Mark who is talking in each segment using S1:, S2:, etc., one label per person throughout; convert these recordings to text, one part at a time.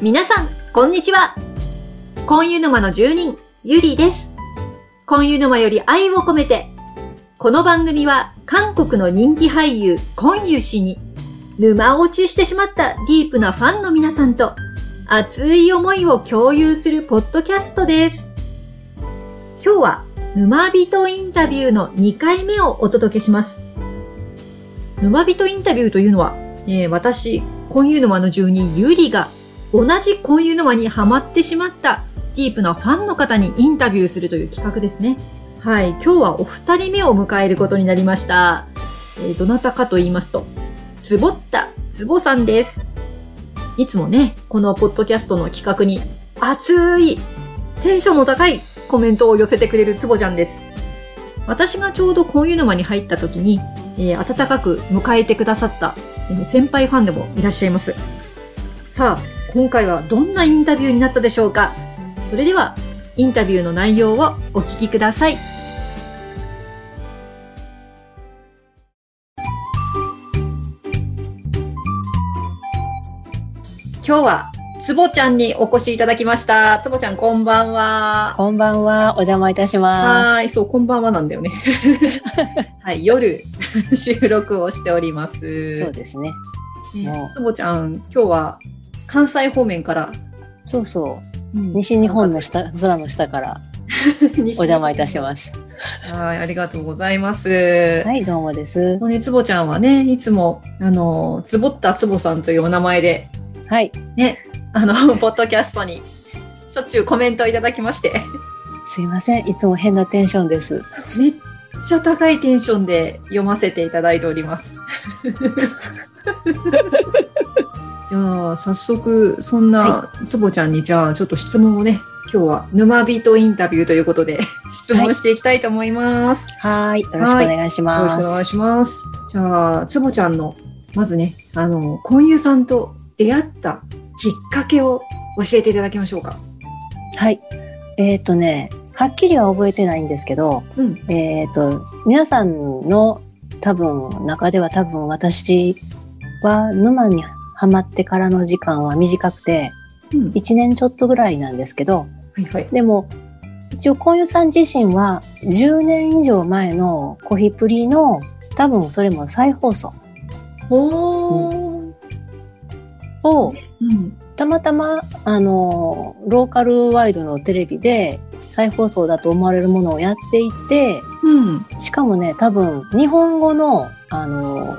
S1: 皆さん、こんにちは。婚湯沼の住人、ゆりです。婚湯沼より愛を込めて、この番組は韓国の人気俳優、コンユ氏に、沼落ちしてしまったディープなファンの皆さんと、熱い思いを共有するポッドキャストです。今日は、沼人インタビューの2回目をお届けします。沼人インタビューというのは、えー私、婚湯沼の住人ゆりが、同じ婚湯沼にハマってしまったディープなファンの方にインタビューするという企画ですね。はい、今日はお二人目を迎えることになりました。えーどなたかと言いますと、つぼったつぼさんです。いつもね、このポッドキャストの企画に熱い、テンションの高いコメントを寄せてくれるつぼちゃんです。私がちょうど婚湯沼に入った時に、えー温かく迎えてくださった、えー先輩ファンでもいらっしゃいます。さあ、今回はどんなインタビューになったでしょうかそれでは、インタビューの内容をお聞きください。今日は、つぼちゃんにお越しいただきました。つぼちゃん、こんばんは。
S2: こんばんは、お邪魔いたしま
S1: は
S2: す。
S1: ーい、そう、こんばんはなんだよ ね。はい、夜収録をしております。
S2: そうですね。もう
S1: つぼちゃん、今日は関西方面から、
S2: そうそう。西 日本の下、空の下から
S1: お
S2: お邪魔いたします。
S1: す。はい、ありがとうございます。
S2: はい、どうもです。
S1: もうね、つぼちゃんはね、いつも、あの、つぼったつぼさんというお名前で、
S2: はい、
S1: あの、 ポッドキャストに、しょっちゅうコメントをいただきまして、
S2: すいません。いつも変なテンションです。
S1: めっちゃ高いテンションで読ませていただいております。 じゃあ、早速、そんなつぼちゃんに、じゃあ、ちょっと質問をね、今日は沼人インタビューということで、質問していきたいと思います。
S2: はーい、よろしくお願いし
S1: よ
S2: ま
S1: ろし
S2: す。
S1: くお願いします。じゃあ、つぼちゃんの、まずね、あの、婚友さんと出会ったきっかけを教えていただきましょうか。
S2: はい。えっ、ー、とね、はっきりは覚えてないんですけど、
S1: うん。
S2: えっ、ー、と、皆さんの多分、中では多分私は沼にハマってからの時間は短くて、
S1: うん。は
S2: 1年ちょっとぐらいなんですけど、
S1: いはい。
S2: でも、一応、こういうさん自身は、10年以上前のコヒプリの、多分それも再放送
S1: おー。
S2: を、
S1: うん。
S2: たまたま、あの、ローカルワイドのテレビで、再放送だと思われるものをやっていて、
S1: うん。
S2: しかもね、多分、日本語の、あの、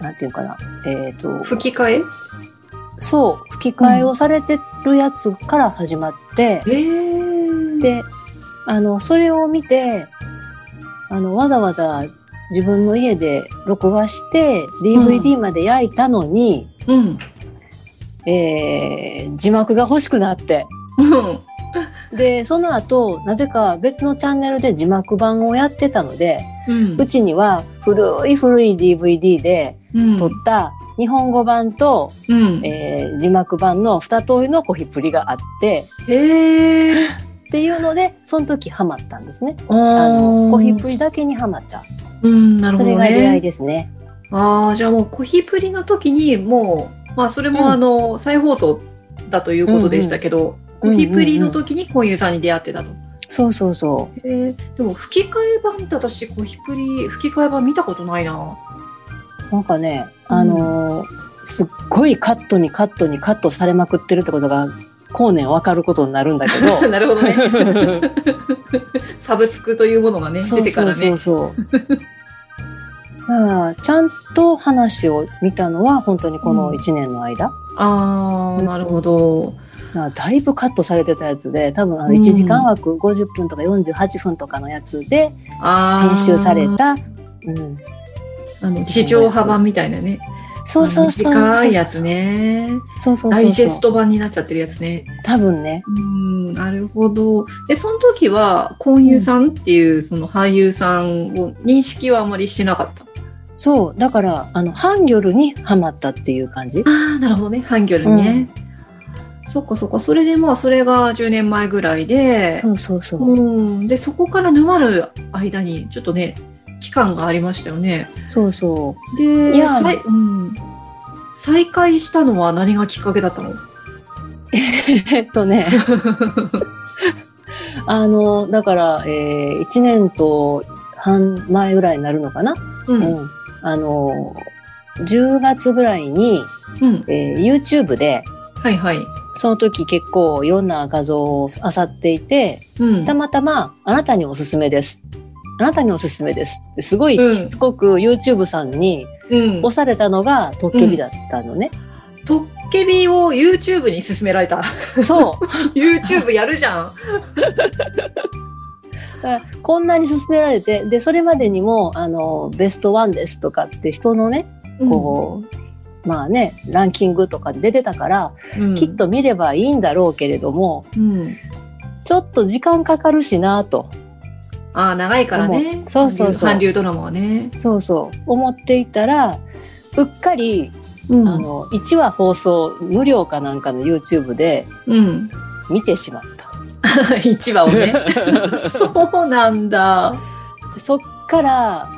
S2: なんていうかな、えっ、と、
S1: 吹き替え
S2: そう、吹き替えをされてるやつから始まって、
S1: えー、
S2: で、あの、それを見て、あの、わざわざ自分の家で録画して、DVD まで焼いたのに、
S1: うん。
S2: えー字幕が欲しくなって。
S1: うん。
S2: で、その後、なぜか別のチャンネルで字幕版をやってたので、
S1: うん
S2: うちには古い古い DVD で
S1: うん
S2: 撮った日本語版と、
S1: うん。
S2: えー字幕版の二通りのコヒプリがあって、
S1: へえ。
S2: っていうので、その時ハマったんですね。
S1: あ
S2: あの、コヒプリ
S1: だ。
S2: だけにハマった。
S1: うん、なる
S2: そ
S1: ほ
S2: れ
S1: ど
S2: が出会い
S1: ね。
S2: ですね。
S1: ああ、じゃあもうコヒプリの時にもう、まあそれ
S2: うん
S1: もあの、再放送だということでしたけど、
S2: うんうん
S1: コヒプリの時にこういうさんに出会ってたと。
S2: そうそうそう。
S1: へえ。でも吹き替え版って私コヒプリ吹き替え版見たことないな。
S2: なんかね、あのーすっごいカットにカットにカットされまくってるってことが、後年わかること になるんだけど。
S1: なるほどね。 サブスクというものがね、
S2: そ
S1: 出
S2: う
S1: てか
S2: そう
S1: ら
S2: そ
S1: ね
S2: う。そう。 だからちゃんと話を見たのは本当にこの1年の間、
S1: ああ、なるほど。
S2: まあだいぶカットされてたやつで多分あ
S1: う
S2: の
S1: ん
S2: 1時間枠50分とか48分とかのやつで
S1: ああ。
S2: 編集された、うん、
S1: あの地上波版みたいなね。
S2: そうそうそう
S1: あの短いやつね。
S2: そうそうそうそう
S1: ダイジェスト版になっちゃってるやつね。
S2: 多分ね
S1: うん、なるほど。で、その時は、婚優さんっていう、その俳優さんを認識はあまりしてなかった。
S2: そう、だから、あの、ハンギョルにハマったっていう感じ。
S1: ああ、なるほどね。ハンギョルね。そっかそっか。それでまあ、それが10年前ぐらいで、
S2: そうそうそう。
S1: うん。で、そこから沼る間に、ちょっとね、期間がありましたよね。
S2: そうそ
S1: で、
S2: いや
S1: さいうん、再開したのは何がきっかけだったの
S2: う。えっと ね、あの、だから、えー、1年と半前ぐらいになるのかな、
S1: う
S2: うん
S1: ん。
S2: あの、10月ぐらいに、
S1: うん。
S2: えー YouTube で、
S1: はいはい。
S2: その時結構いろんな画像を漁っていて、
S1: うん
S2: た。またま、あなたにおすすめです。あなたにおすすめですって、すごい
S1: うん
S2: しつこく YouTube さんに
S1: うん
S2: 押。されたのがトッケビだったのね。
S1: トッケビを YouTube に勧められ た。
S2: そう。
S1: YouTube やるじゃん。
S2: だからこんなに勧められて、で、それまでにも、あの、ベストワンですとかって人のね、こう、まあね、ランキングとかで出てたから、
S1: うん、うん
S2: きっ。と見ればいいんだろうけれども、
S1: うん。
S2: ちょっと時間かかるしなと、
S1: ああ、長いからね。
S2: そうそうそう
S1: 韓流ドラマはね。
S2: そうそう、思っていたら、うっかり、
S1: うん
S2: あの、1話放送無料かなんかの YouTube で
S1: うん。
S2: 見てしまった。
S1: 一話を ね。そうなんだ。
S2: そっから、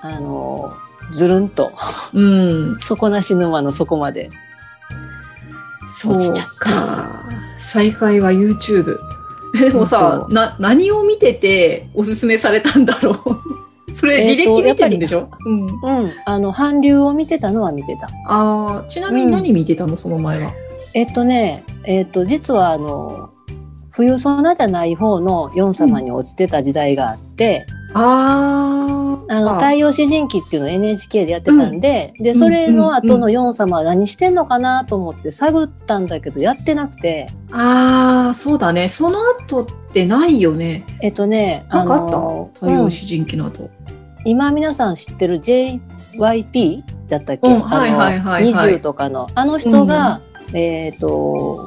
S2: あの、ずるんと、
S1: うん。
S2: 底なし沼の底まで。
S1: そう
S2: 落ちちゃっ
S1: か。再開は YouTube。え、でもさ
S2: そ、う
S1: な、何を見てておすすめされたんだろう。 それ、
S2: え
S1: 履
S2: ー
S1: 歴
S2: と
S1: 見てるんでしょ、うん。
S2: うん。あの、韓流を見てたのは見てた。
S1: ああ、ちなみに何見てたの、その前は。
S2: えっとね、えっと、実はあの、冬ソナじゃない方のヨン様に落ちてた時代があって、
S1: あ
S2: あの、太陽詩人記っていうのを NHK でやってたんで、で、それの後のヨン様は何してんのかなと思って探ったんだけど、やってなくて、
S1: ああ、そうだね。その後ってないよね。
S2: えっとね、
S1: なんかあった
S2: の
S1: 太陽
S2: うん
S1: 詩人記の後。
S2: 今皆さん知ってる JYP だったっけ、
S1: うん
S2: あの
S1: はいはいはいはい
S2: 20とかのあの人が、えっ、と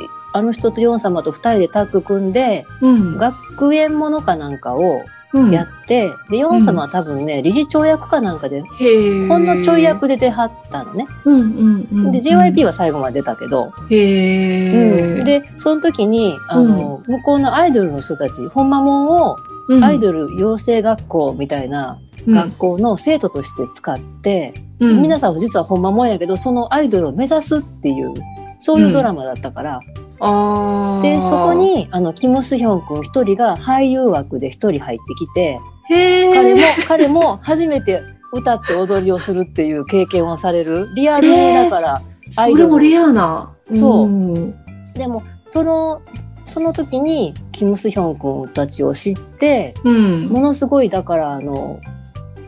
S2: いあの人とヨン様と2人でタッグ組んで
S1: うん
S2: 学園ものかなんかを
S1: うん
S2: やって、でヨン様は多分ね理事長役かなんかで
S1: へえ。
S2: ほんのちょい役で出はったのね、
S1: うんうんうんうん。
S2: で JYP は最後まで出たけど、
S1: へえ。、
S2: でその時にあの、向こうのアイドルの人たちほんまもんをアイドル養成学校みたいな
S1: ル
S2: 学校の生徒として使って、皆さんは実はほんまもんやけどそのアイドルを目指すっていうそういうドラマだったから、
S1: あー
S2: でそこ、にあのキム・スヒョン君一人が俳優枠で一人入ってきて、
S1: へ
S2: 彼も
S1: え。
S2: 彼も初めて歌って踊りをするっていう経験をされるリアルにだから、ア
S1: そ
S2: イドル
S1: れもレアな。。
S2: そうんでもそのその時にキム・スヒョン君たちを知って
S1: うん。
S2: ものすごいだからあの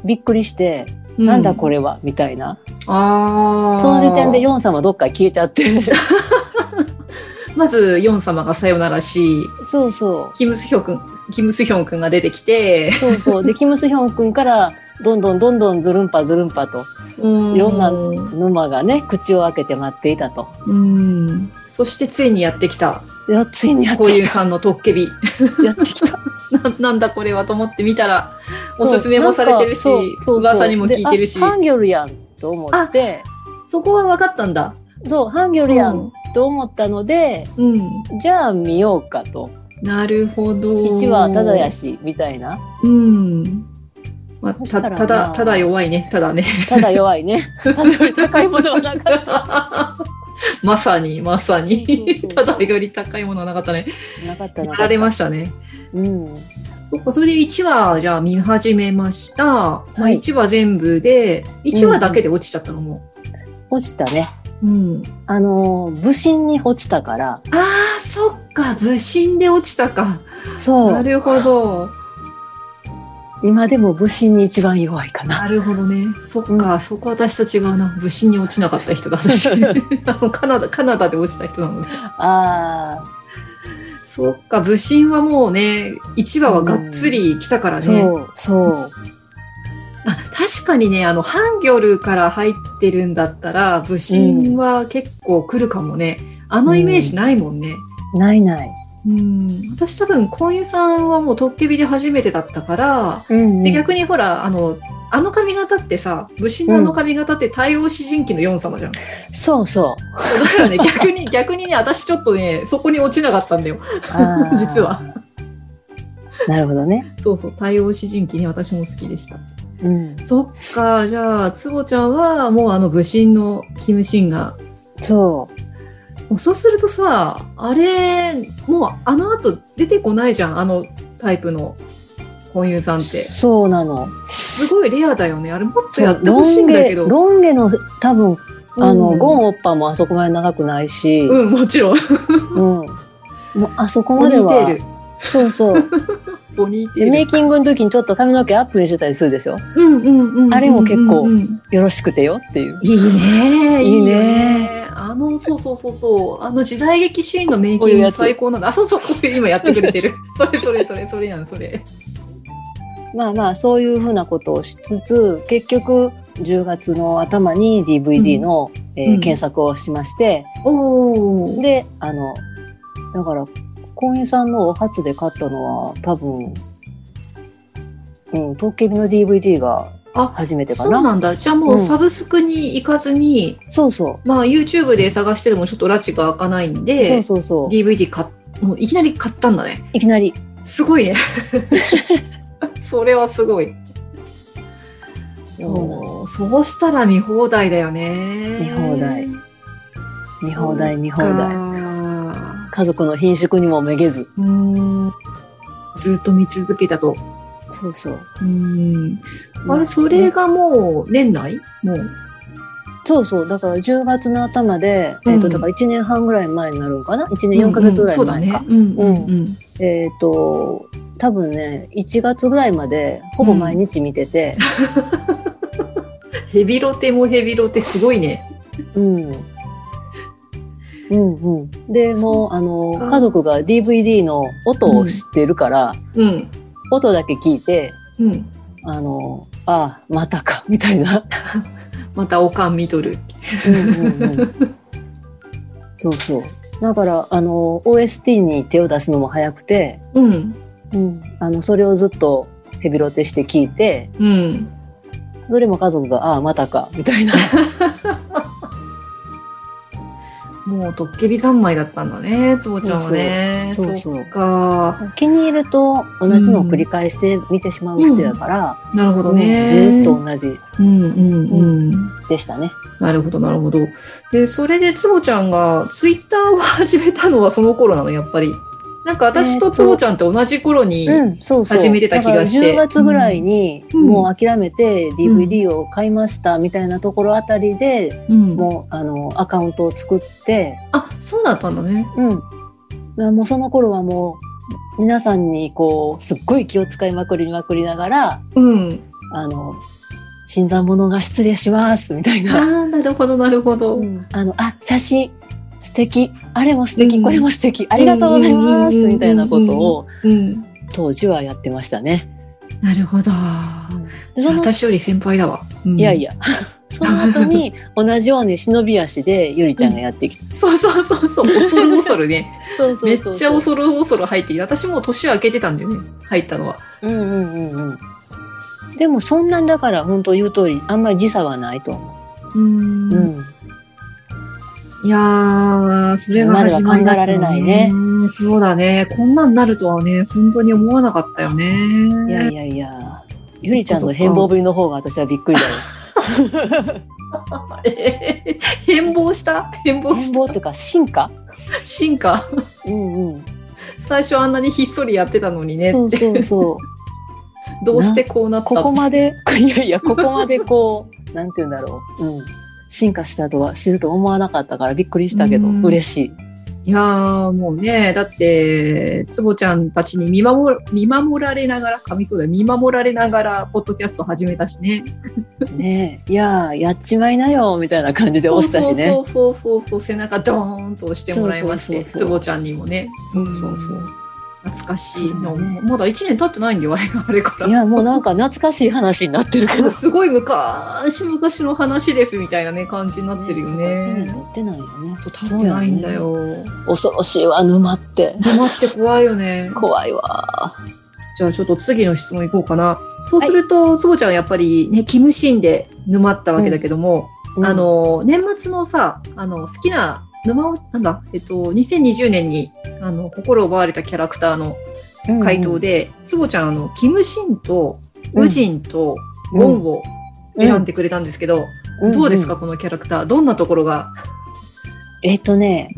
S2: びっくりして、なんだこれはみたいな
S1: れ。ああ。
S2: その時点でヨン様どっか消えちゃって
S1: まず、ヨン様がさよならし、
S2: そうそう
S1: キムスヒョン君、キムスヒョン君が出てきて、
S2: そうそう。で、キム・スヒョン君から、どんどんどんどんずるんぱずるんぱと、
S1: うん
S2: いろんな沼がね、口を開けて待っていたと。
S1: うん。そして、ついにやってきた、
S2: いや、ついにやって
S1: こうい
S2: き
S1: うさんのトッケビ。
S2: た。やってきた。
S1: ななんだこれはと思って見たら、
S2: そ
S1: お
S2: う
S1: すすめもされてるし、
S2: なんかそうそうそう
S1: 噂にも聞いてるし
S2: であ、ハンギョルやんと思って、
S1: そこは分かったんだ。
S2: そう、ハンギョルやんと思ったので、
S1: うん。
S2: じゃあ見ようかと。
S1: なるほど。
S2: 1話ただやし、みたいな。
S1: うん。まあ、
S2: そした
S1: た
S2: らな
S1: ただ、ただ弱いね。ただね。
S2: ただ弱 いね。ただより高いものはなかった。
S1: まさに、まさに
S2: そうそう。そ
S1: た
S2: うそう
S1: だより高いものはなかったね。
S2: なかった
S1: や
S2: なからった
S1: れ。ましたね。
S2: うん。
S1: そっかそれで1話、じゃあ見始めました。
S2: い
S1: まあ1話全部で、1話だけで落ちちゃったのも
S2: 落ちたね。
S1: う。うん。
S2: あのー、武神に落ちたから、
S1: ああ、そっか。武神で落ちたか。
S2: そ
S1: な
S2: う。
S1: るほど。
S2: 今でも武神に一番弱いかな。
S1: なるほどね。そっか、そこ私と違うな。武神に落ちなかった人だ、 私。あの、カナダ、カナダで落ちた人なので。
S2: ああ、
S1: そっか、武神はもうね、1話はがっつり来たからね。
S2: そう、そう。
S1: あ確かにね、あの、ハンギョルから入ってるんだったら、武神は結構来るかもね。あのイメージないもんね。
S2: ないない。
S1: うん。私多分、コンユさんはもうトッケビで初めてだったから、
S2: うん
S1: で、逆にほら、あの、あの髪型ってさ、武神のあの髪型って太陽詩人記の4様じゃん。
S2: そうそ
S1: だ
S2: う。
S1: からね、逆に、逆にね、私ちょっとね、そこに落ちなかったんだよ。
S2: あ ー
S1: 実は。
S2: なるほどね。
S1: そうそう、太陽詩人記に私も好きでした。
S2: うん。
S1: そっか、じゃあ、つぼちゃんはもうあの武神のキムシンが
S2: そう。
S1: もうそうするとさ、あれ、もうあの後出てこないじゃん、あのタイプの婚友さんって。
S2: そうなの。
S1: すごいレアだよね。あれもっと
S2: そう
S1: やってほしいんだけど。
S2: ロンゲロンゲの多分、あの、
S1: うん
S2: ゴンオッパもあそこまで長くないし、
S1: うん、もちろん。
S2: うん。もうあそこ
S1: ボ
S2: ま
S1: ニ
S2: で
S1: ーテ
S2: は
S1: ー、ル。
S2: そ うそう。
S1: ボニーテ
S2: で
S1: ー
S2: メイキングの時にちょっと髪の毛アップにしてたりするでしょ。
S1: ル。うんうんうん
S2: あれも結構
S1: うんうんうん
S2: よろしくてよっていう。
S1: いいね。
S2: いいね
S1: ね。あの、そうそうそうそう。あの時代劇シーンのメイ
S2: こう
S1: キ
S2: いう
S1: ング
S2: やつ
S1: 最高なんだ。あ、そうそう、こういう今やってくれて る。それそれそれそれやん、それ。
S2: まあまあ、そういうふうなことをしつつ、結局、10月の頭に DVD の、えー
S1: うん
S2: 検索をしまして、
S1: おー。
S2: で、あの、だから、婚姻さんのお初で買ったのは、多分、うん、トッケビの DVD が
S1: あ
S2: 初めてか
S1: そう
S2: な。
S1: なんだ。じゃあもううんサブスクに行かずに、
S2: そうそ
S1: まあ YouTube で探してでもちょっと拉致が開かないん
S2: う。そ
S1: で
S2: う、そうそう。
S1: DVD 買っ、もういきなり買ったんだね。
S2: いきなり。
S1: すごい ね。それはすごい。そう、そうしたら見放題だよね。
S2: 見放題見放題、見放題。
S1: 題。
S2: 家族の貧縮にもめげず。
S1: うーんずっと見続けたと。
S2: そうそう。
S1: うーん。あ
S2: うん
S1: れ、それがもう年内もう。
S2: そうそう。だから10月の頭で、
S1: うん
S2: えっ、と、だから1年半ぐらい前になるんかな ?1 年4ヶ月ぐ
S1: うんうん
S2: らい
S1: そうだ
S2: 前か。
S1: ね。うんうんうん。
S2: えっ、と、多分ね、1月ぐらいまでほぼ毎日見て て、
S1: ヘビロテもヘビロテすごいね。
S2: うん。うんうん、でもうあの
S1: うん
S2: 家族が DVD の音を知ってるから、
S1: うん。
S2: 音だけ聞いて
S1: うん。
S2: あのああまたかみ たいな、
S1: またおかん見とる。
S2: うんうんうん、そうそうだからあの OST に手を出すのも早くて、
S1: うん。
S2: うん、あのそれをずっとヘビロテして聞いて
S1: うん。
S2: どれも家族が「ああまたか」みたいな
S1: もう、トッケビ三昧だったんだね、つぼちゃんはね。
S2: そうそう
S1: っか。
S2: 気に入ると同じのを繰り返して見てしまう人やから、
S1: なるほどね。
S2: ずっと。同じ
S1: うんうんうん。
S2: でしたね。
S1: なるほど、なるほど。で、それでつぼちゃんがツイッターを始めたのはその頃なの、やっぱり。なんか私
S2: えー
S1: と
S2: と
S1: つぼちゃんって同じ頃に、
S2: うん、そうそう。
S1: 始めてた気がして
S2: だから10月ぐらいに、
S1: うん
S2: もう諦めて DVD を買いましたみたいなところあたりで、
S1: うん
S2: もうあのアカウントを作って、
S1: あ、そうだったんだね。
S2: うん、もうその頃はもう皆さんにこうすっごい気を使いまくりまくりながら、
S1: うん。
S2: あの新参者が失礼しますみたい
S1: あ
S2: な。
S1: ー、なるほど、なるほど。
S2: あのあ写真素敵あれも素敵、
S1: うん
S2: これも素敵ありがとうございます、
S1: うん
S2: みたいなことを
S1: うん。
S2: 当時はやってましたね。
S1: なるほど。
S2: でその
S1: 私より先輩だわ。うん
S2: い やい。や。その後に同じように忍び足でゆりちゃんがやってき た。
S1: そうそうそうそう。恐る恐るね。
S2: そうそ
S1: め
S2: う
S1: っ
S2: そう
S1: ちゃ恐る恐る入ってきた。私もう年明けてたんだよね。入ったのは。
S2: うんうんうんうん。でもそんなんだから本当言う通りあんまり時差はないと思う。
S1: うん。いやー、それが
S2: まだ考えられない
S1: 始まりだっ
S2: ね
S1: たね。そうだね。こんなになるとはね、本当に思わなかったよね。
S2: うん。いやいやいや。ゆりちゃんの変貌ぶりの方が私はびっくり だよ。
S1: えー 変貌した変貌
S2: 変
S1: し
S2: 貌っていうか進化
S1: た進化
S2: うんうん。
S1: 最初あんなにひっそりやってたのにね
S2: そうそう そう。
S1: どうしてこうなった
S2: ここまで、 いやいや、ここまでこう、 なんて言うんだろう。うん。進化したとは知ると思わなかったからびっくりしたけど、
S1: うん
S2: 嬉し
S1: い
S2: い。
S1: やーもうねだってつぼちゃんたちに見守見守られながらかみそうだよ見守られながらポッドキャスト始めたしね
S2: ねえ、いやー、やっちまいなよ、みたいな感じで押したしね。
S1: そうそうそうそうそう背中ドーンと押してもらいまして
S2: そうそうそうそ
S1: つ
S2: う
S1: ぼちゃんにもね
S2: そうそうそう。
S1: 懐かしい
S2: そう
S1: の、
S2: だね
S1: まだ1年経ってないんだよあれがあれか
S2: い
S1: ら。
S2: や、もうなんか懐かしい話になってるけど。
S1: すごい昔昔の話ですみたいなね感じ になってるよ
S2: 1年
S1: ね。
S2: 経ってないよね。
S1: そう経ってないんだよ。
S2: 恐ろしいわ、沼って。
S1: 沼って怖いよね。
S2: 怖いわ。
S1: じゃあちょっと次の質問いこうかな。そうすると、つぼちゃんはやっぱりね、キムシンで沼ったわけだけども、
S2: うん
S1: あ、の、年末のさ、あの、好きな沼を、なんだ、えっと、2020年に、あの、心を奪われたキャラクターの回答で、つぼちゃん、あの、キムシンと、ウジンと、
S2: うん
S1: ゴンを
S2: うん、
S1: 選んでくれたんですけど、
S2: うん
S1: どうですか、このキャラクター。どんなところが
S2: えっ、とね、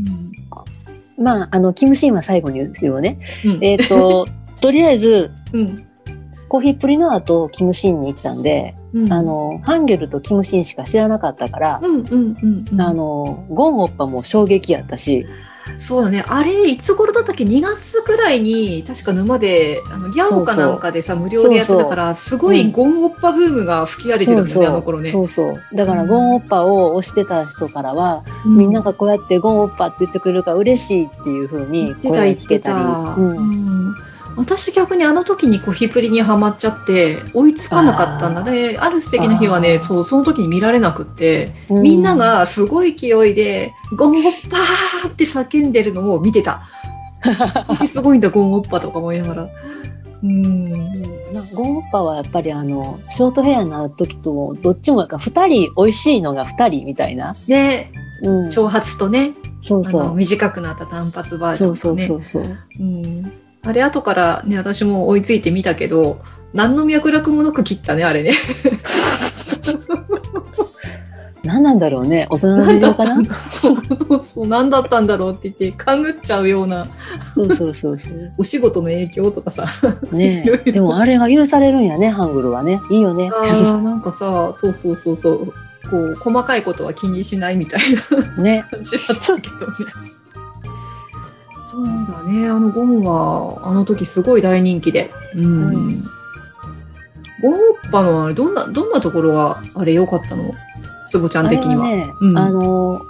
S2: まあ、あの、キムシーンは最後に言うよね。
S1: うん。
S2: え っ、と、とりあえず、
S1: うん。
S2: コーヒープリナーとキムシーンに行ったんで、
S1: うん
S2: あ、の、ハンゲルとキムシーンしか知らなかったから、
S1: うんうんうんうん。
S2: あの、ゴンオッパも衝撃やったし、
S1: そうだね。あれ、いつ頃だったっけ ?2 月くらいに、確か沼で、あのギャオかなんかでさ、無料でやってたから、すご
S2: う
S1: い
S2: ん
S1: ゴンオッパブームが吹き荒れてるんだよね、あの頃ね。
S2: そうそう。だから、ゴンオッパを推してた人からは、
S1: うん
S2: みんながこうやってゴンオッパって言ってくれるから嬉しいっていう風に
S1: 言ってた言
S2: 声が
S1: っ
S2: 聞け
S1: て
S2: たり。
S1: た、
S2: うん
S1: うん私逆にあの時にコヒプリにはまっちゃって追いつかなかったんだ
S2: あ
S1: である素敵な日は
S2: あ
S1: ね
S2: ー
S1: そうその時に見られなくって、
S2: う
S1: みんな、がすごい勢いでゴンオッパーって叫んでるのを見て たすごいんだゴンオッパとか思いながらうん
S2: うんまあ、ゴンオッパはやっぱりあの、ショートヘアな時と、どっちもなんか二人、美味しいのが二人みたいな。
S1: で
S2: うん。そ
S1: 長髪とね、
S2: うそ
S1: あの
S2: う。
S1: 短くなった短髪バージョンと
S2: そ
S1: ね
S2: うそうそうそう。
S1: うん、あれ後からね私も追いついてみたけど何の脈絡もなく切ったねあれね
S2: 何なんだろうね。大人の事情かな
S1: そうそうそう何だったんだろうって言って勘ぐっちゃうような
S2: そうそうそうそう。
S1: お仕事の影響とか さ
S2: ね
S1: いろいろ
S2: でもあれが許されるんやね、ハングルはね。いいよね。
S1: あーなんかさそうそうそうそうこう細かいことは気にしないみたいな
S2: ね。
S1: 感じだったけどねそうだねあのゴンはあの時すごい大人気でうん、
S2: う
S1: ゴンオッパのあれどんなどんなところがあれ良かったのつぼちゃん
S2: あれ
S1: 的には
S2: はね、
S1: うん
S2: あの、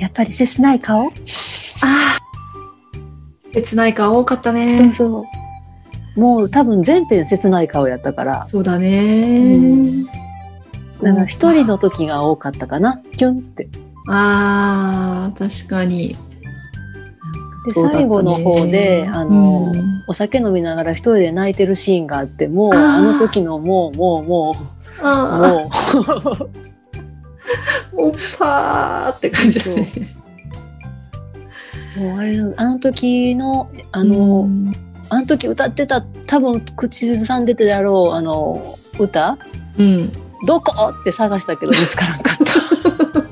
S2: やっぱり切ない
S1: あ
S2: 顔
S1: あ切ない顔多かったね、
S2: そうそう。もう多分全編切ない顔やったから、
S1: そうだ
S2: うん
S1: ね。
S2: だから一人の時が多かったかな。キュンって。
S1: ああ、確かに。
S2: で、
S1: そうだったね
S2: 最後の方で、あの、
S1: うん
S2: お酒飲みながら一人で泣いてるシーンがあって、もう、
S1: あー
S2: あの時のもう、もう、もう、
S1: ああ、
S2: もう、
S1: おっぱーって感じだね。
S2: もうあれの、あの時の、あ
S1: あ
S2: の、あの時歌ってた、多分口ずさんでてだろう、あの、歌
S1: うん。
S2: どこって探したけど見つからんかった。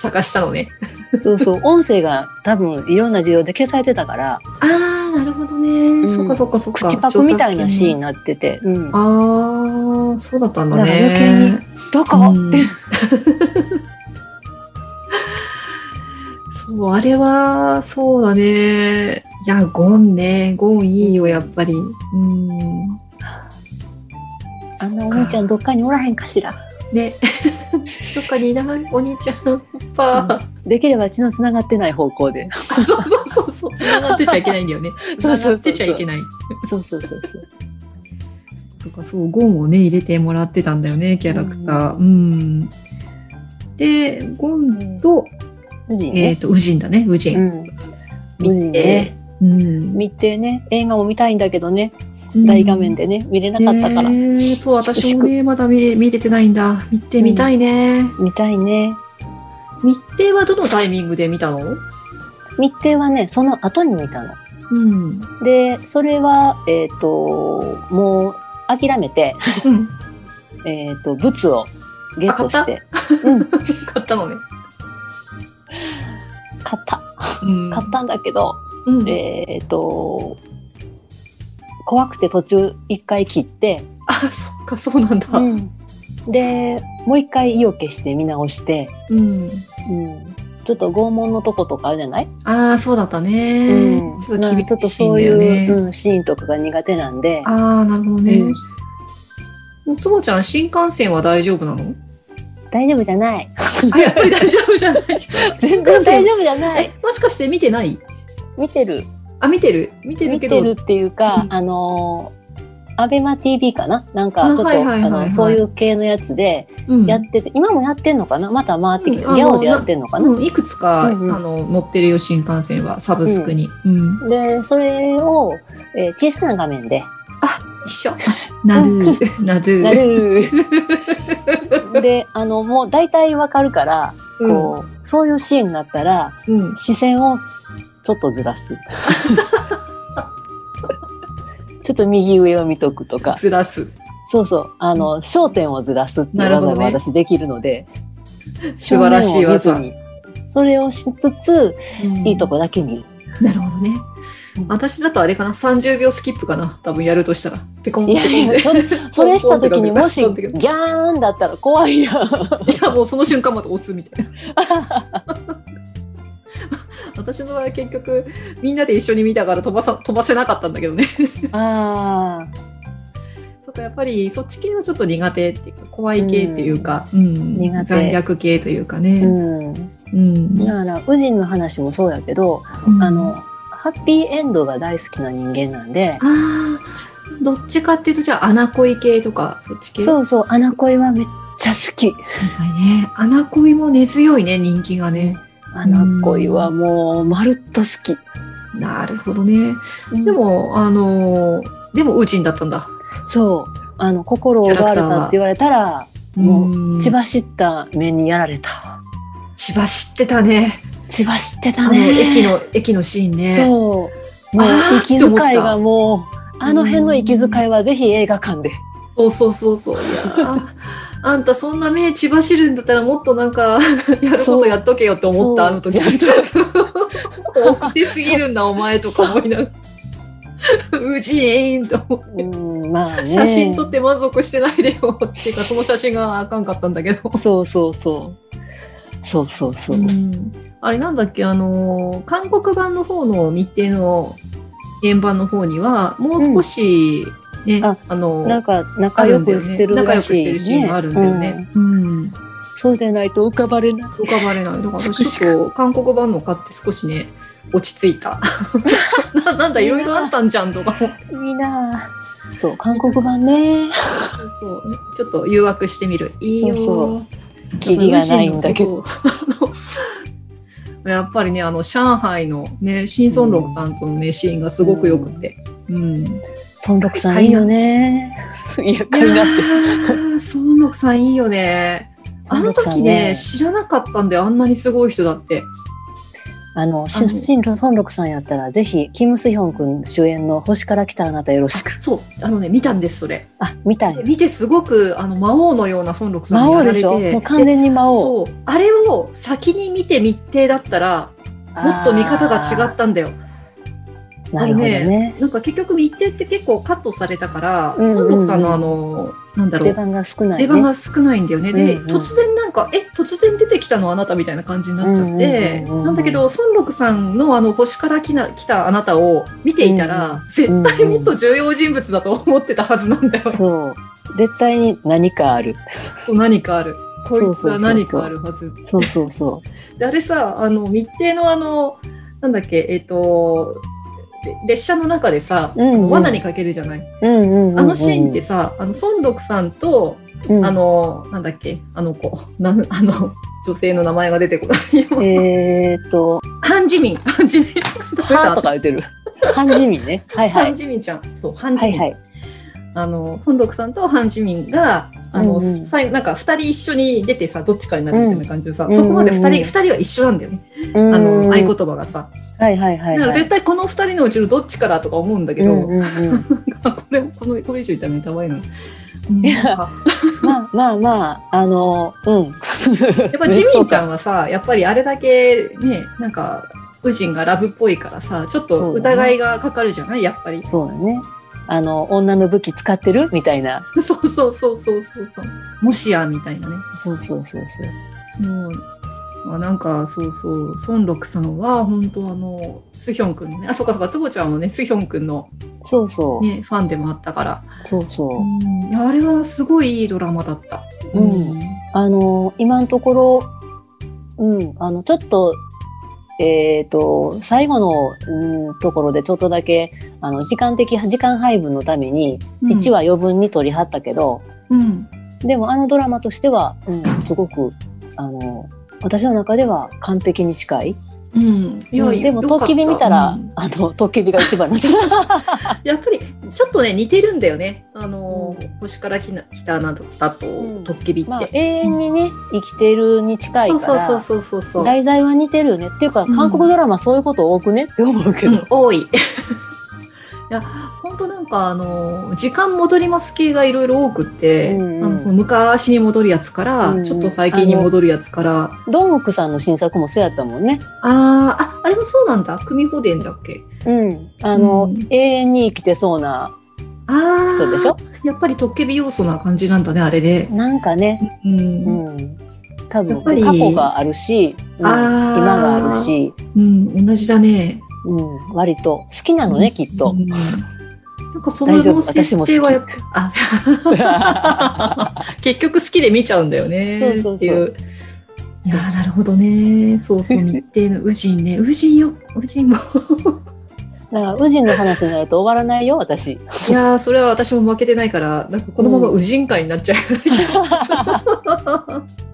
S1: 探したのね。
S2: そうそう、音声が多分いろんな事情で消されてたから、
S1: ああ、なるほどね。
S2: ん
S1: そっかそっかそっか。
S2: 口パクみたいなシーン
S1: ン。
S2: になってて、うん、
S1: ああ、そうだったんだね。
S2: だから余どこ
S1: うん
S2: って、
S1: そう、あれは、そうだね。いや、ゴンね。ゴンいいよ、やっぱり。うん。
S2: あんなお兄ちゃんどっかにおらへんかしら。
S1: ね。どっかにいないお兄ちゃん、おっぱー。
S2: できれば血のつながってない方向で。
S1: そうそうそうそう。繋がってちゃいけないんだよ ね。
S2: そう
S1: 繋
S2: そうそう
S1: がってちゃいけない。
S2: そうそうそうそう。
S1: そうか、そう、ゴンをね、入れてもらってたんだよね、キャラクター。うん。で、ゴンと、
S2: 無事
S1: えっ、
S2: ね。
S1: と、ウジンだね、ウジ
S2: う
S1: ン。
S2: ん。無事
S1: 見て
S2: ね。
S1: うん。
S2: 見てね、映画も見たいんだけどね、大画面でね、見れなかったから。
S1: えーそう、私もね、まだ見れ見れてないんだ。見てみたいね。
S2: 見たいね。
S1: 密定はどのタイミングで見たの
S2: 日程はね、その後に見たの。
S1: うん。
S2: で、それは、えっ、と、もう諦めて、
S1: うん。
S2: えっ、と、物をゲットして、うん、
S1: 買ったのね。
S2: 買った。
S1: うん
S2: 買ったんだけど、
S1: うん。
S2: えっ、と、怖くて途中一回切って、
S1: あ、そっか、そうなんだ。
S2: で、もう一回意を消して見直して、
S1: うん
S2: うんちょっと拷問のとことかあるじゃない、
S1: ああ、そうだったね。
S2: うん
S1: ちょっ
S2: な
S1: と
S2: んかちょ
S1: 厳
S2: っと
S1: しいん
S2: そう
S1: だ
S2: い
S1: よ
S2: う
S1: ね。
S2: うんシーンとかが苦手なんで、
S1: ああ、なるほどね。
S2: うん
S1: もうつぼちゃん、新幹線は大丈夫な の
S2: 大丈夫じ ゃない。
S1: あ、やっぱり大丈夫じゃない新
S2: 全
S1: 幹
S2: 然大
S1: 線
S2: 丈夫じゃない
S1: え。、もしかして見てない
S2: 見てる。
S1: あ、見てる見てる
S2: 見
S1: け
S2: て
S1: ど。
S2: るっていうか、
S1: うん
S2: あのー、アベマ TV かななんかちょっと、
S1: あはいはいはいはい
S2: あの、そういう系のやつで、
S1: うん
S2: やってて、今もやってんのかなまた回ってきて、
S1: うんあの
S2: ギャオでやってんのかな、
S1: うんいくつか、
S2: うんうん
S1: あの乗ってるよ、新幹線は、サブスクに。うん
S2: で、それを、えー小さな画面で、
S1: 一緒。なる なる
S2: なる で、あの、もう大体わかるから、こう、そういうシーンになったら、
S1: うん。うん
S2: 視線をちょっとず らす。ちょっと右上を見とくとか、
S1: ずらす。
S2: そうそう、あの、焦点をずらすっていう
S1: なるほ
S2: 技
S1: ど
S2: が
S1: ね
S2: 私できるので、
S1: 素晴らしい技
S2: 正面を見ずにそれをしつつ、いいと
S1: こ。
S2: こだけ見る。
S1: なるほどね
S2: う。ん
S1: 私だとあれかな、30秒スキップかな。多分やるとしたら。ペコンっ
S2: い
S1: て
S2: や
S1: い
S2: い
S1: いん
S2: や、
S1: で。
S2: そそ れした時に もし、ギャーンだったら怖いやん。
S1: いやもうその瞬間また押すみたい な私の場合結局みんなで一緒に見たから飛ばさ飛ばせなかったんだけどね ち
S2: ああ、
S1: ょっとやっぱりそっち系はちょっと苦手っていうか怖い系っていうか、うん
S2: 苦手
S1: 残虐系というか
S2: う
S1: ね、
S2: ん。
S1: うん
S2: だから、宇人の話もそうやけど、
S1: うん
S2: あの、ハッピーエンドが大好きな人間なんで
S1: あ、ーどっちかっていうとじゃあ穴恋系とかそっち系
S2: そううそう、アナ恋はめっちゃ好き。
S1: ね穴恋も根強いね人気がね
S2: アナ恋はもう、まるっと好き。
S1: なるほどねで
S2: でも、
S1: もあのーでも宇宙だったんだ
S2: そう、あの、心を奪われたって言われたら、も
S1: うん
S2: 血走った目にやられた。
S1: 千葉知ってたね
S2: 血走って
S1: あ
S2: た
S1: の
S2: ね。
S1: 駅の駅のシーンね。
S2: そう。もう
S1: あー
S2: 息遣いがもう、あの辺の息遣いはぜひ映画館で。
S1: そうそうそうそう。いやーあんたそんな目血走るんだったらもっとなん かやることやっとけよって思ったあの時。
S2: そう
S1: 多くてすぎるんだお前とか思いながら。うじえんと思って
S2: うん、まあね。
S1: 写真撮って満足してないでよっていうかその写真があかんかったんだけど。
S2: そうそうそう。そうそうそう。
S1: うんあれなんだっけあのー韓国版の方の密偵の原版の方にはもう少しね、
S2: ん
S1: あ
S2: あ
S1: のー
S2: なんか
S1: あ
S2: 仲
S1: る
S2: 良
S1: んだよ
S2: く
S1: ね
S2: してる
S1: 仲
S2: ら
S1: 良く
S2: し
S1: して
S2: い、ね。
S1: るシーンがあるんだよね。うん。
S2: うんそうでないと浮かばれない。
S1: 浮かばれない。だから
S2: しかし
S1: ちょっと韓国版の買って少しね、落ち着いた。 ななんだ、いろいろあったんじゃんとか思って。
S2: いいなあそう、韓国版ね。
S1: そうそうちょっと誘惑してみる。いいよ。
S2: そうそキリがないんだけど。
S1: ど。あ のやっぱりね、あの、上海のね、シン・ソンロクさんとのね、シーンがすごくよくて。うん。
S2: 孫六さんいいよね。いや、
S1: い
S2: かい
S1: や
S2: な。
S1: ーソンロクさんいいよね。あ
S2: 孫
S1: の
S2: 六さ
S1: 時
S2: ん
S1: ね、知らなかったんだよ、あんなにすごい人だって。
S2: あの、
S1: あの
S2: 出身の孫六さんやったら、ぜひ、キム・スヒョン君主演の星から来たあなたよろしく。
S1: そう、あのね、見たんです、それ。
S2: あ、みたい
S1: で。見てすごくあの魔王のような孫六さん
S2: 魔
S1: にや
S2: 王
S1: られ
S2: で
S1: て
S2: しょもう完全に魔王。
S1: そうあれを先に見て密偵だったらもっと見方が違ったんだよ
S2: た。なるほどね。
S1: なんか結局密偵って結構カットされたから
S2: うんうんうん
S1: 孫六さんのあのなんだろ
S2: 出
S1: う
S2: 番が少ない、ね。
S1: 出番が少ないんだよね、で、
S2: うんうん
S1: 突然なんか「え突然出てきたのあなた」みたいな感じになっちゃって、
S2: うんうんうんうん
S1: なんだけど孫六さんのあの星から来な来たあなたを見ていたら、
S2: うんうん
S1: 絶対もっと重要人物だと思ってたはずなんだよ、
S2: そう。絶対に何かある。
S1: そう何かあるこいつ
S2: そうそうそうそ
S1: は
S2: う
S1: 何かあるはず
S2: そうそう そ
S1: であれさあの密偵のあのなんだっけえっ、とれ列車の中でさ、
S2: う。うん、うん。
S1: 罠にかけるじゃない、
S2: うんうんうんうん
S1: あのシーンって、さあの孫六さんと、
S2: うん
S1: あ、のなんだっけあの子なんあの女性の名前が出てこないよ
S2: えーっと、
S1: ハンジミンハンジミン
S2: はーとか言ってる。ハンジミね。はいは
S1: ハン
S2: い。
S1: ジミンちゃんそうハン
S2: は
S1: ジミ
S2: い
S1: ン、
S2: はい。
S1: あの孫六さんとハンジミンがあの、
S2: うんうん
S1: さいなんか二人一緒に出てさどっちかになるみたいな感じでさ、
S2: うん
S1: そこまで二人、
S2: うんうんうん
S1: 二人は一緒なんだよね、
S2: うん
S1: あの合言葉がさ
S2: はいはいはい、
S1: だから
S2: はい。
S1: 絶対この二人のうちのどっちかだとか思うんだけ
S2: う
S1: ど、
S2: んうんうん、
S1: あこれこのこれ以上言ったらネタバレな の。うん
S2: いや
S1: なんか
S2: まあまあまあ、あの、うん。や
S1: やっぱジミーちゃんはさやっぱりあれだけねなんか宇人がラブっぽいからさちょっと疑いがかかるじゃない、やっぱり
S2: そうだね。あの、女の武器使ってるみたいな。
S1: そうそうそうそうそうそうもしやみたいなね
S2: そうそうそうそう。
S1: もうあなんかそうそう孫六さんは本当あのスヒョン君のねあそうかそうかつぼちゃんもねスヒョン君の
S2: そうそう。
S1: ねファンでもあったから、
S2: そうそう。
S1: うんいやあれはすごいいいドラマだった、
S2: うんあの、今のところ、うん、あの、ちょっと、えっ、と、最後の、うん、ところでちょっとだけ、あの、時間的、時間配分のために、
S1: うん
S2: 1話余分に取りはったけど、
S1: うん
S2: でもあのドラマとしては、うん、すごく、あの、私の中では完璧に近い。
S1: うん、いや
S2: うんでも、
S1: よかっ
S2: トッキビ見たら、
S1: うん
S2: あの、トッキビが一番になってた。
S1: やっぱりちょっとね似てるんだよねあのー、星から来な来たなだと、
S2: うん
S1: トッキビって、
S2: まあ、永遠にね、生きてるに近いから、
S1: そうそうそうそうそう、
S2: 題材は似てるよね。っていうか、
S1: うん
S2: 韓国ドラマそういうこと多くねって思うけ
S1: う
S2: ど。
S1: ん、多いいや本当なんかあの、時間戻ります系がいろいろ多くって、
S2: うんうん
S1: あのその昔に戻るやつから、
S2: うんうん
S1: ちょっと最近に戻るやつから、あ
S2: ドンウクさんの新作もそうやったもんね。
S1: あーあ、あれもそうなんだ。組保伝だっけ
S2: うん。あの、
S1: うん
S2: 永遠に生きてそうな
S1: ああ。
S2: 人でしょ
S1: やっぱりトッケビ要素な感じなんだね、あれで。
S2: なんかね、
S1: うん。う
S2: う
S1: ん
S2: ん。多
S1: やっぱり
S2: 分、過去があるし、うん
S1: あー
S2: 今があるし、
S1: 同じだね。
S2: うん、割と好きなのね、きっと
S1: う。んなんかその
S2: 大丈夫、私
S1: 設
S2: も
S1: 定はやっ
S2: 好
S1: ぱあ 結局好きで見ちゃうんだよねっていう
S2: そ
S1: う。
S2: そう
S1: い
S2: そう
S1: やー
S2: そうそう
S1: なるほどね。そうそう、日程の宇人ね。宇人よ、宇 人も。
S2: き。だから、宇治の話になると終わらないよ、私。
S1: いやーそれは私も負けてないから、なんかこのまま宇人会になっちゃう。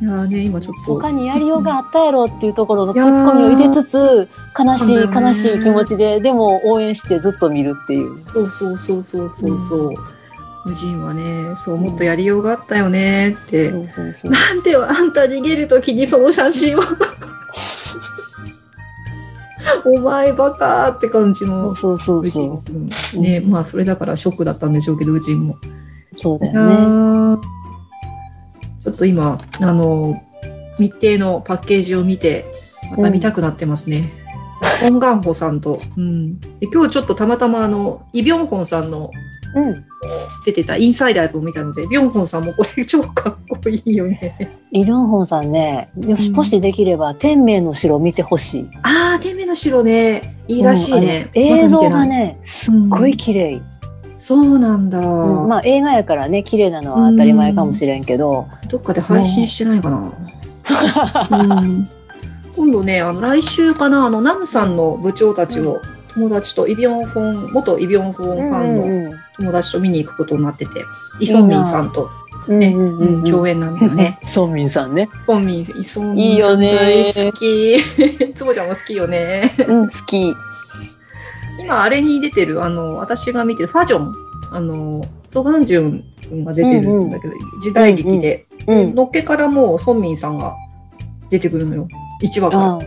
S1: いやーね、今ちょっと。
S2: 他にやりようがあったやろっていうところのツッコミを入れつつ、悲しい、
S1: そうだね
S2: 悲しい気持ちで、でも応援してずっと見るっていう。
S1: そうそうそうそうそうそう。宇人はね、そう、もっとやりようがあったよねって。
S2: そうそうそう。
S1: なんであんた逃げるときにその写 真をお前バカーって感じ
S2: そ
S1: の
S2: うそうそう
S1: 宇
S2: そ
S1: 人
S2: う。
S1: 君ねまあそれだからショックだったんでしょうけど宇人も、
S2: そう
S1: あ
S2: だよね。
S1: ーちょっと今あの密偵のパッケージを見てまた見たくなってますね、ソン・ガンホさんと、うん、で今日ちょっとたまたまあのイ・ビョンホンさんの
S2: うん。
S1: 出てたインサイダーズを見たのでビョンホンさんもこれ超かっこいいよね
S2: イ・リョンホンさんね、よし、
S1: うん
S2: もしできれば、天命の城見てほしい。
S1: ああ、天命の城ね、いいらしいね。
S2: うんあの映像が
S1: まだ見てない、
S2: ね、す
S1: すっ
S2: っごい綺麗。
S1: そうなんだ、
S2: うんまあ映画やからね、綺麗なのは当たり前かもしれんけど、
S1: どっかで配信してないかな。うん今度ね、あの来週かな、あのナムさんの部長たちを友達とイビョンフォン、元イビョンフォンファンの
S2: ん。
S1: 友達と見に行くことになってて、イソンミンさんとね、
S2: うんうんう
S1: う
S2: ん
S1: ん共演なんだよ ね。
S2: ソンミンさん ね。
S1: イソンミン、イソン
S2: い
S1: ミ
S2: い
S1: ンさ
S2: よ
S1: ん
S2: ね
S1: 大好き。 つぼちゃんも好きよね。
S2: うん、好き。
S1: 今あれに出てるあの私が見てるファジョンあのソガンジュン君が出てるんだけど、時代劇で、
S2: うん。
S1: のっけからもうソンミンさんが出てくるのよ1話から
S2: あ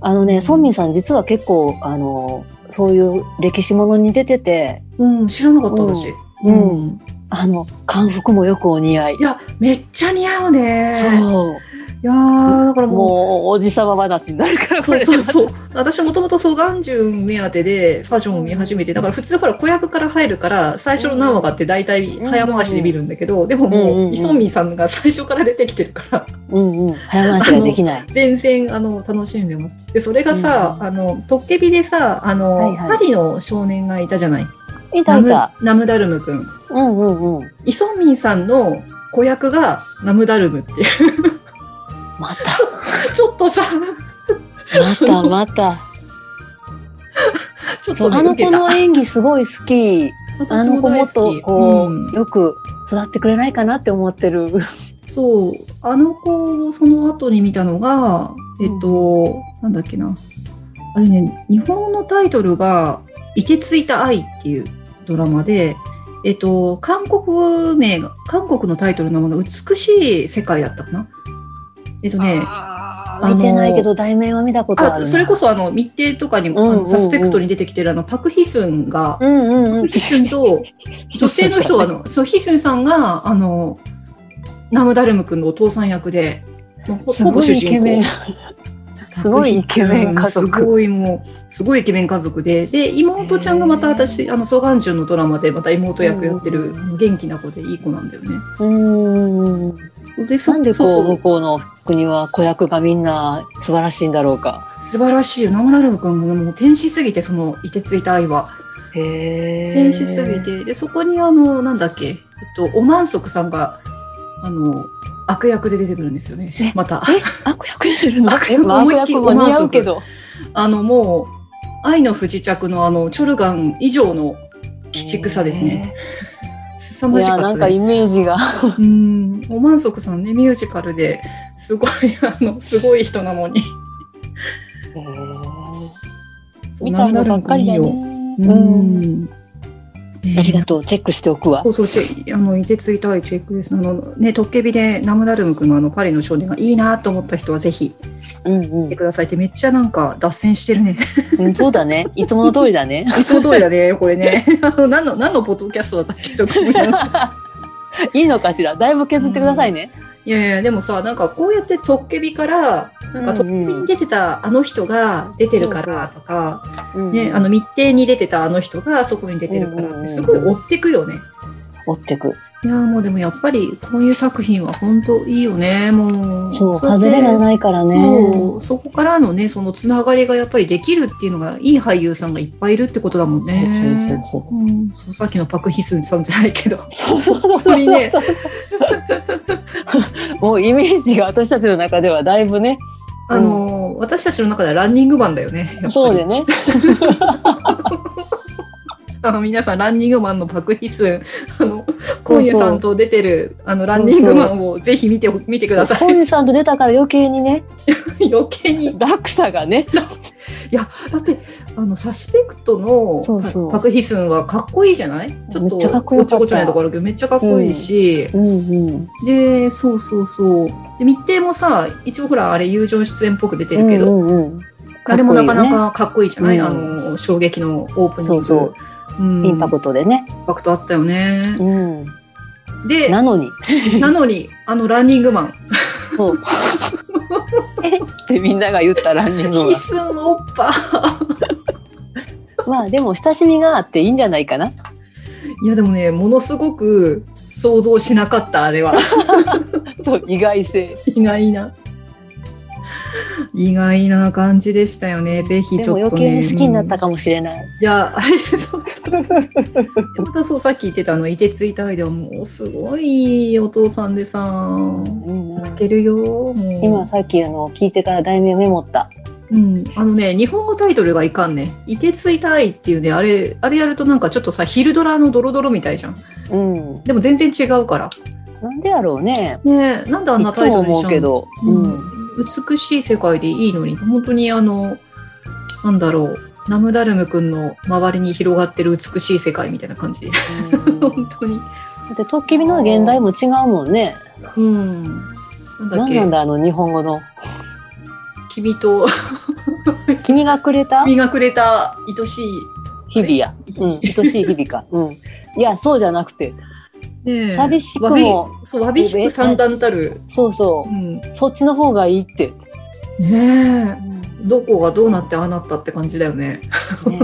S2: あのね、ソンミンさん実は結構、あの、そういう歴史ものに出てて、
S1: うん知らなかった私
S2: うん
S1: ん
S2: あの、漢服もよくお似合い
S1: い。やめっちゃ似合うね
S2: そ
S1: いやーだから
S2: う。
S1: も
S2: もう、おじさま話になるか
S1: う
S2: ら、。
S1: そうそうそうう私もともとソガンジュン目当てでファジョンを見始めてだから普通ほら子役から入るから最初の何話かって大体早回しで見るんだけど、でも
S2: うんうん
S1: も
S2: う
S1: うんイ・ソンミンさんが最初から出てきてるから
S2: うんうん。早回しができない。
S1: 全然あの楽しんでます。でそれがさ、あのトッケビでさあの、
S2: はいはい
S1: パリの少年がいたじゃない。
S2: いたい
S1: ナ
S2: た。
S1: ムナムダルムくん。
S2: うんうんうん。
S1: イソンミンさんの子役がナムダルムっていう
S2: ま
S1: ちょっとさ
S2: た、また、ま た。
S1: ちょっ
S2: そ
S1: と
S2: う、
S1: ね
S2: あの
S1: 受
S2: 子
S1: けた
S2: の。演技すごい好き。あ
S1: 私
S2: の
S1: も
S2: 子も
S1: 大
S2: っと
S1: 好き。
S2: こう、
S1: うん
S2: よく育ってくれないかなって思ってる。
S1: そうあの子をその後に見たのがえっと、なんだっけなあれね日本のタイトルが「いてついた愛」っていうドラマで。えっと、韓国名が、韓国のタイトルのものが美しい世界だったかなえっとね、あの
S2: 見てないけど、題名は見たことある
S1: あ
S2: な。
S1: それこそあの密偵とかにも、
S2: うんうんうん
S1: あのサスペクトに出てきてるあのパク・ヒスンが、
S2: うんうん うん。
S1: ヒスンと女性の人はあのそうヒスンさんがあのナムダルム君のお父さん役で、まあほ
S2: すごいイケメン。すごいイケメン家
S1: す
S2: 族。
S1: ごいもうすごいイケメン家族でで妹ちゃんがまた私あのソガンジュンのドラマでまた妹役やってる、
S2: う
S1: 元気な子でいい子なんだよね。
S2: うーん。
S1: でそ
S2: なんで
S1: そ
S2: こう
S1: そ
S2: 向こうの国は子役がみんな素晴らしいんだろうか。
S1: 素晴らしいよナムダルム君ももう天使すぎてそのいてついた愛は。
S2: へえ。
S1: 天使すぎて、でそこにあのなんだっけ、えっと、オマンソクさんがあの悪役で出てくるんですよね
S2: え
S1: また
S2: え、悪役出てるの？
S1: 悪
S2: え
S1: 役
S2: まあ
S1: 思
S2: 悪
S1: いっき
S2: 役
S1: り
S2: も似合うけど。
S1: あのもう「愛の不時着の」あのチョルガン以上の鬼畜さですね凄ま
S2: へー。い
S1: じ
S2: や
S1: か
S2: な
S1: っ
S2: んか
S1: た、ね、
S2: イメージが。
S1: うんオマンソクさんねミュージカルですごいあのすごい人なのに
S2: へー
S1: そう
S2: みたいなばっかりだね。
S1: ナムダルム君いいようん
S2: ありがとう。チェックしておくわ
S1: そ。うそうチェあの凍てついたいチェックですあのねトッケビでナムダルム君のあのパリの少年がいいなと思った人はぜひ
S2: うん
S1: 見てくださいってめっちゃなんか脱線してるね
S2: うんうん。そうだね。いつもの通りだ ね。
S1: いつも通りだねこれねあの何の何のポッドキャストだったっけとか思いながら
S2: いいのかしら。だいぶ削ってくださいね。
S1: いやいやでもさなんかこうやってトッケビからなんかトッケビに出てたあの人が出てるからとか、
S2: うん
S1: ね、あの密偵に出てたあの人がそこに出てるか
S2: うんうん
S1: ら
S2: う
S1: っ
S2: ん
S1: てすごい追ってくよね。
S2: 追ってく。
S1: いやーもうでもやっぱりこういう作品は本当いいよねもう。
S2: そう、
S1: れで
S2: 外れがないからね。
S1: そうそこからのねそのつながりがやっぱりできるっていうのがいい俳優さんがいっぱいいるってことだもんね。
S2: そうそう
S1: うん、そうさっきのパク・ヒスンさんじゃないけど
S2: そうそう。
S1: 本当にね
S2: もうイメージが私たちの中ではだいぶね。
S1: あのー私たちの中ではランニングマンだよねやっぱり
S2: そうでね。
S1: あの皆さんランニングマンのパク・ヒスンあの
S2: そ
S1: 今
S2: う
S1: 夜
S2: そう
S1: さんと出てるあのランニングマンをぜひ見てほ見てくださ
S2: コ
S1: い
S2: ンビさんと出たから余計にね、
S1: 余計に
S2: 落差がね。
S1: だってあのサスペクトの
S2: そうそう
S1: パク・ヒスンはかっこいいじゃないちょっと
S2: めっちゃかっこよかった
S1: ちょこちょないところあるけどめっちゃかっこいいし、
S2: うんうん。
S1: でそうそうそうで密偵もさ一応ほらあれ友情出演っぽく出てるけど、
S2: うんうんうん
S1: あれもなかな
S2: かっこ
S1: かかっこい
S2: いいよね
S1: いじゃない、
S2: うん
S1: あの衝撃のオープニング、
S2: そうそう
S1: ん、
S2: インパクトでね。
S1: インパクトあったよね
S2: うん。
S1: で
S2: なのに。
S1: なのにあのランニングマン
S2: そう。えってみんなが言ったランニング
S1: 必
S2: は。
S1: 須のオッパ
S2: まあでも親しみがあっていいんじゃないかな。
S1: いやでもねものすごく想像しなかったあれは
S2: そう、意外性。
S1: 意外な意外な感じでしたよねぜひ
S2: で
S1: ちょっ
S2: も余
S1: と
S2: 計
S1: ね
S2: に好きになったか
S1: も、
S2: もしれない。
S1: うんいや あれそうまたそうさっき言ってたあの凍てついたアイデアもうすごいお父さんでさ
S2: うんうん
S1: 泣けるよもう
S2: 今さっきあの聞いてから題名メモった。
S1: うん、あのね日本語タイトルがいかんね「凍てついた愛」っていうねあれあれやるとなんかちょっとさ昼ドラのドロドロみたいじゃん
S2: うん。
S1: でも全然違うから
S2: なんでやろうね。
S1: ねえなんであんないタ
S2: つ
S1: イ
S2: も
S1: トルに
S2: 思
S1: し
S2: う
S1: た
S2: け
S1: の、
S2: ど。
S1: う
S2: うん
S1: ん。美しい世界でいいのに本当にあのなんだろうナムダルム君の周りに広がってる美しい世界みたいな感じ
S2: だ
S1: 本当に
S2: って、とっきびの現代も違うもんね。
S1: うんなんだっ
S2: なん
S1: け
S2: なんだ、あの日本語の。
S1: 君と
S2: 君がくれた
S1: 君がくれた愛しい
S2: 日々 や。うん。愛しい日々か。うん。いや、そうじゃなくて、
S1: ねえ
S2: 寂しく
S1: わび
S2: も、
S1: そうわびしく三段たる、
S2: そうそうう、
S1: ん、
S2: そっちの方がいいって。
S1: ねえどこがどうなってああなったって感じだよね。
S2: ね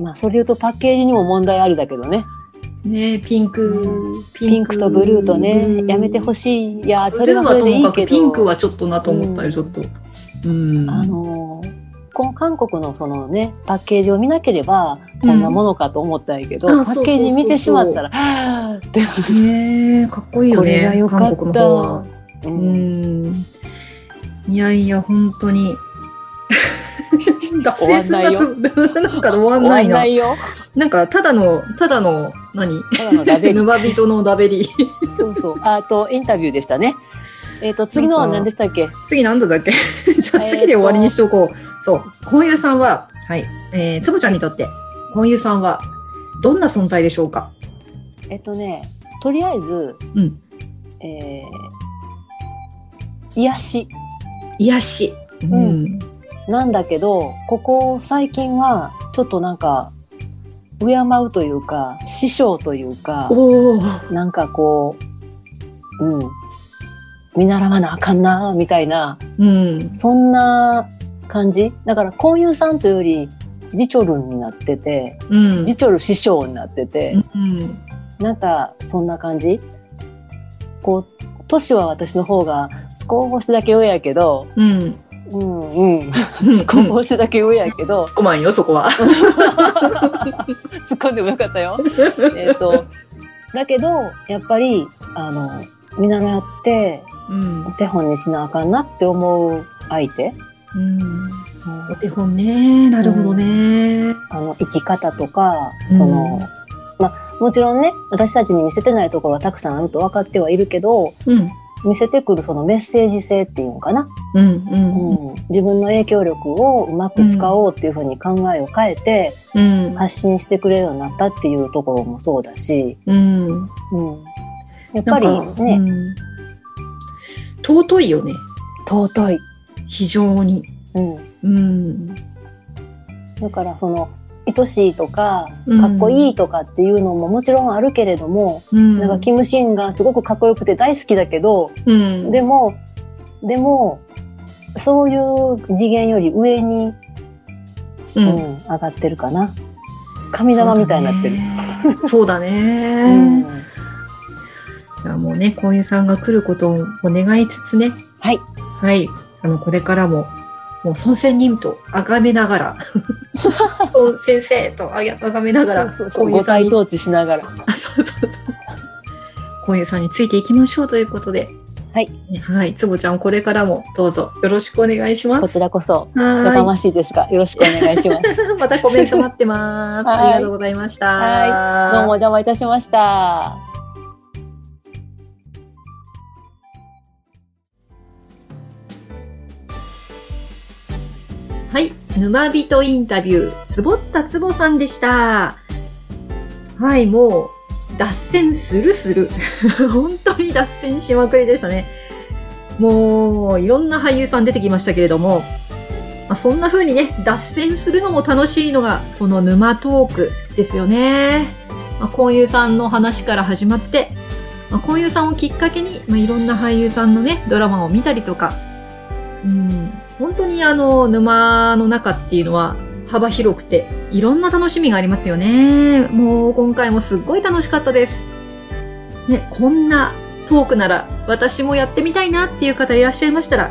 S2: まあ、それ言うとパッケージにも問題ありだけどね。
S1: ねえピン
S2: う
S1: クピ
S2: ピンクとブルーとね、やめて
S1: し
S2: ほしい。いや、
S1: い
S2: そ
S1: そ
S2: れ
S1: れ
S2: は
S1: は
S2: それ
S1: と
S2: でい
S1: も
S2: い
S1: か
S2: け
S1: く
S2: ど。
S1: ピンクはちょっとなと思った
S2: うん
S1: よちょっと。うん。
S2: あのーこの韓国のそのね、パッケージを見なければ、こんなものかと思ったんやけど、
S1: うんあ
S2: パッケージ見てしまったら、はぁって
S1: ねえかっこいいよ
S2: これが
S1: ね
S2: 良かった
S1: 韓国の方は。
S2: う
S1: うんん。いやいや本当 に。
S2: 終わんないよ
S1: 脱線するななんか終わん
S2: 終わ
S1: ない
S2: ん
S1: な
S2: な。いよ。
S1: なんかただのただの何？
S2: ただのダベ リ
S1: ヌバビトのダベリ。
S2: そうそう。あと、インタビューでしたね。えっ、と、次のは何でしたっけ
S1: 次何度だっけ じゃあ次で終わりにしておこう。そう。婚友さんは、はい。えー、つぼちゃんにとって、婚友さんは、どんな存在でしょうか
S2: えっ、とね、とりあえず、
S1: うん。
S2: えー、癒し。
S1: 癒し。うん
S2: なんだけど、ここ最近は、ちょっとなんか、敬うというか、師匠というか、
S1: おー
S2: なんかこう、うん、見習わなあかんな、みたいな、
S1: うん。
S2: そんな感じ。だから、こういうさんというより、ジチョルンになってて、
S1: うん。
S2: ジチョル師匠になってて、
S1: うん。
S2: なんか、そんな感じ。こう、年は私の方が少しだけ上やけど、
S1: うん。
S2: うん、う
S1: う
S2: ん、
S1: ん。
S2: 少しだけ上や けど、
S1: ごまんよ、そこは。
S2: 突っ込んでもよかったよ。えっと、だけど、やっぱり、あの、見習って、
S1: うん
S2: お。手本にしなあかんなって思う相手、
S1: うん。お手本ね。なるほどね。
S2: あの生き方とか、
S1: うん
S2: そのまあもちろんね私たちに見せてないところはたくさんあると分かってはいるけど
S1: うん。
S2: 見せてくるそのメッセージ性っていうのかな、
S1: うん。うん。
S2: うん自分の影響力をうまく使おうっていうふうに考えを変えて
S3: うん。
S2: 発信してくれるようになったっていうところもそうだし、
S3: うん。
S2: うん、やっぱり
S3: なんか
S2: ね、
S3: うん尊いよね。
S2: 尊い、
S3: 非常に。
S2: うん、
S3: うん。
S2: だからその愛しいとか
S3: うん
S2: かっこいいとかっていうのももちろんあるけれども、
S3: うん。
S2: なんかキムシンがすごくかっこよくて大好きだけど、
S3: うん。
S2: でもでもそういう次元より上に、
S3: う
S2: うん
S3: ん。
S2: 上がってるかな神玉みたいになってる。
S3: る。そうだ
S2: う
S3: ね
S2: ん。
S3: じゃあもうね、こういうさんが来ることをお願いつつね、
S2: はい
S3: はい、あの、これからも、もう尊仙人と崇めながら、孫先生とあや崇めながら、
S2: そうそう
S3: こうい
S2: ご
S3: うさん
S2: 対
S3: に、
S2: 統治しながら。
S3: あそうそうそうこういうさんについていきましょうということで、
S2: はい
S3: ね。はい、つぼちゃん、これからもどうぞよろしくお願いしま
S2: こ
S3: す。
S2: ちらこそやか
S3: は
S2: ましいですがよろしくお願い します。
S3: い。またコメント待ってます。
S2: はい
S3: ありがとうございました。
S2: はどうもお邪魔いたしました。
S1: はい。沼人インタビュー、つぼったつぼさんでした。はい、もう、脱線するする。 本当に脱線しまくりでしたね。もう、いろんな俳優さん出てきましたけれども、まあ、そんな風にね、脱線するのも楽しいのが、この沼トークですよね。まあ、こういうさんの話から始まって、まあ、こういうさんをきっかけに、まあ、いろんな俳優さんのね、ドラマを見たりとか、うん、本当にあの沼の中っていうのは幅広くていろんな楽しみがありますよねもう今回もすっごい楽しかったです、ね、こんなトークなら私もやってみたいなっていう方いらっしゃいましたら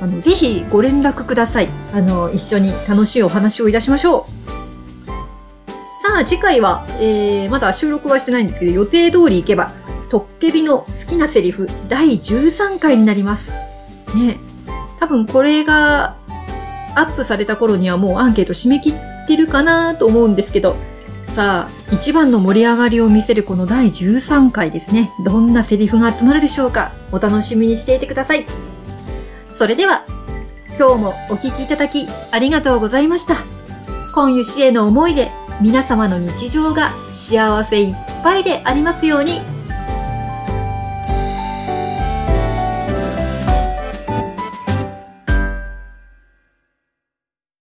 S1: あのぜひご連絡くださいあの一緒に楽しいお話をいたしましょうさあ次回は、えーまだ収録はしてないんですけど予定通り行けば「トッケビの好きなセリフ」第13回になりますね多分これがアップされた頃にはもうアンケート締め切ってるかなと思うんですけど、さあ、一番の盛り上がりを見せるこの第13回ですね。どんなセリフが集まるでしょうかお楽しみにしていてください。それでは、今日もお聞きいただきありがとうございました。今湯氏への思いで皆様の日常が幸せいっぱいでありますように